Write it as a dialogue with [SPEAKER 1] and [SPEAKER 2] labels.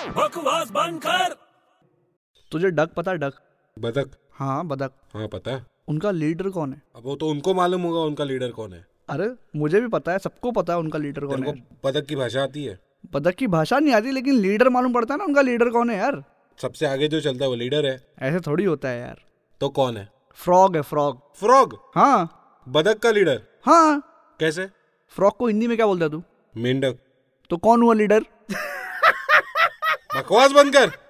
[SPEAKER 1] आवाज बंद कर
[SPEAKER 2] तुझे डक पता है डक
[SPEAKER 3] बदक
[SPEAKER 2] हाँ बदक
[SPEAKER 3] हाँ पता है
[SPEAKER 2] उनका लीडर कौन है
[SPEAKER 3] अब वो तो उनको मालूम होगा उनका लीडर कौन है
[SPEAKER 2] अरे मुझे भी पता है सबको पता है उनका लीडर कौन
[SPEAKER 3] तेरे
[SPEAKER 2] है
[SPEAKER 3] को बदक की भाषा आती है
[SPEAKER 2] बदक की भाषा नहीं आती लेकिन लीडर मालूम पड़ता है ना उनका लीडर कौन है यार
[SPEAKER 3] सबसे आगे जो चलता है वो लीडर है
[SPEAKER 2] ऐसे थोड़ी होता है यार
[SPEAKER 3] तो कौन है
[SPEAKER 2] फ्रॉग है फ्रॉग
[SPEAKER 3] फ्रॉग
[SPEAKER 2] हाँ
[SPEAKER 3] बदक का लीडर
[SPEAKER 2] हाँ
[SPEAKER 3] कैसे
[SPEAKER 2] फ्रॉग को हिंदी में क्या बोलता है तू
[SPEAKER 3] मेंढक
[SPEAKER 2] तो कौन हुआ लीडर
[SPEAKER 3] बकवास बंद कर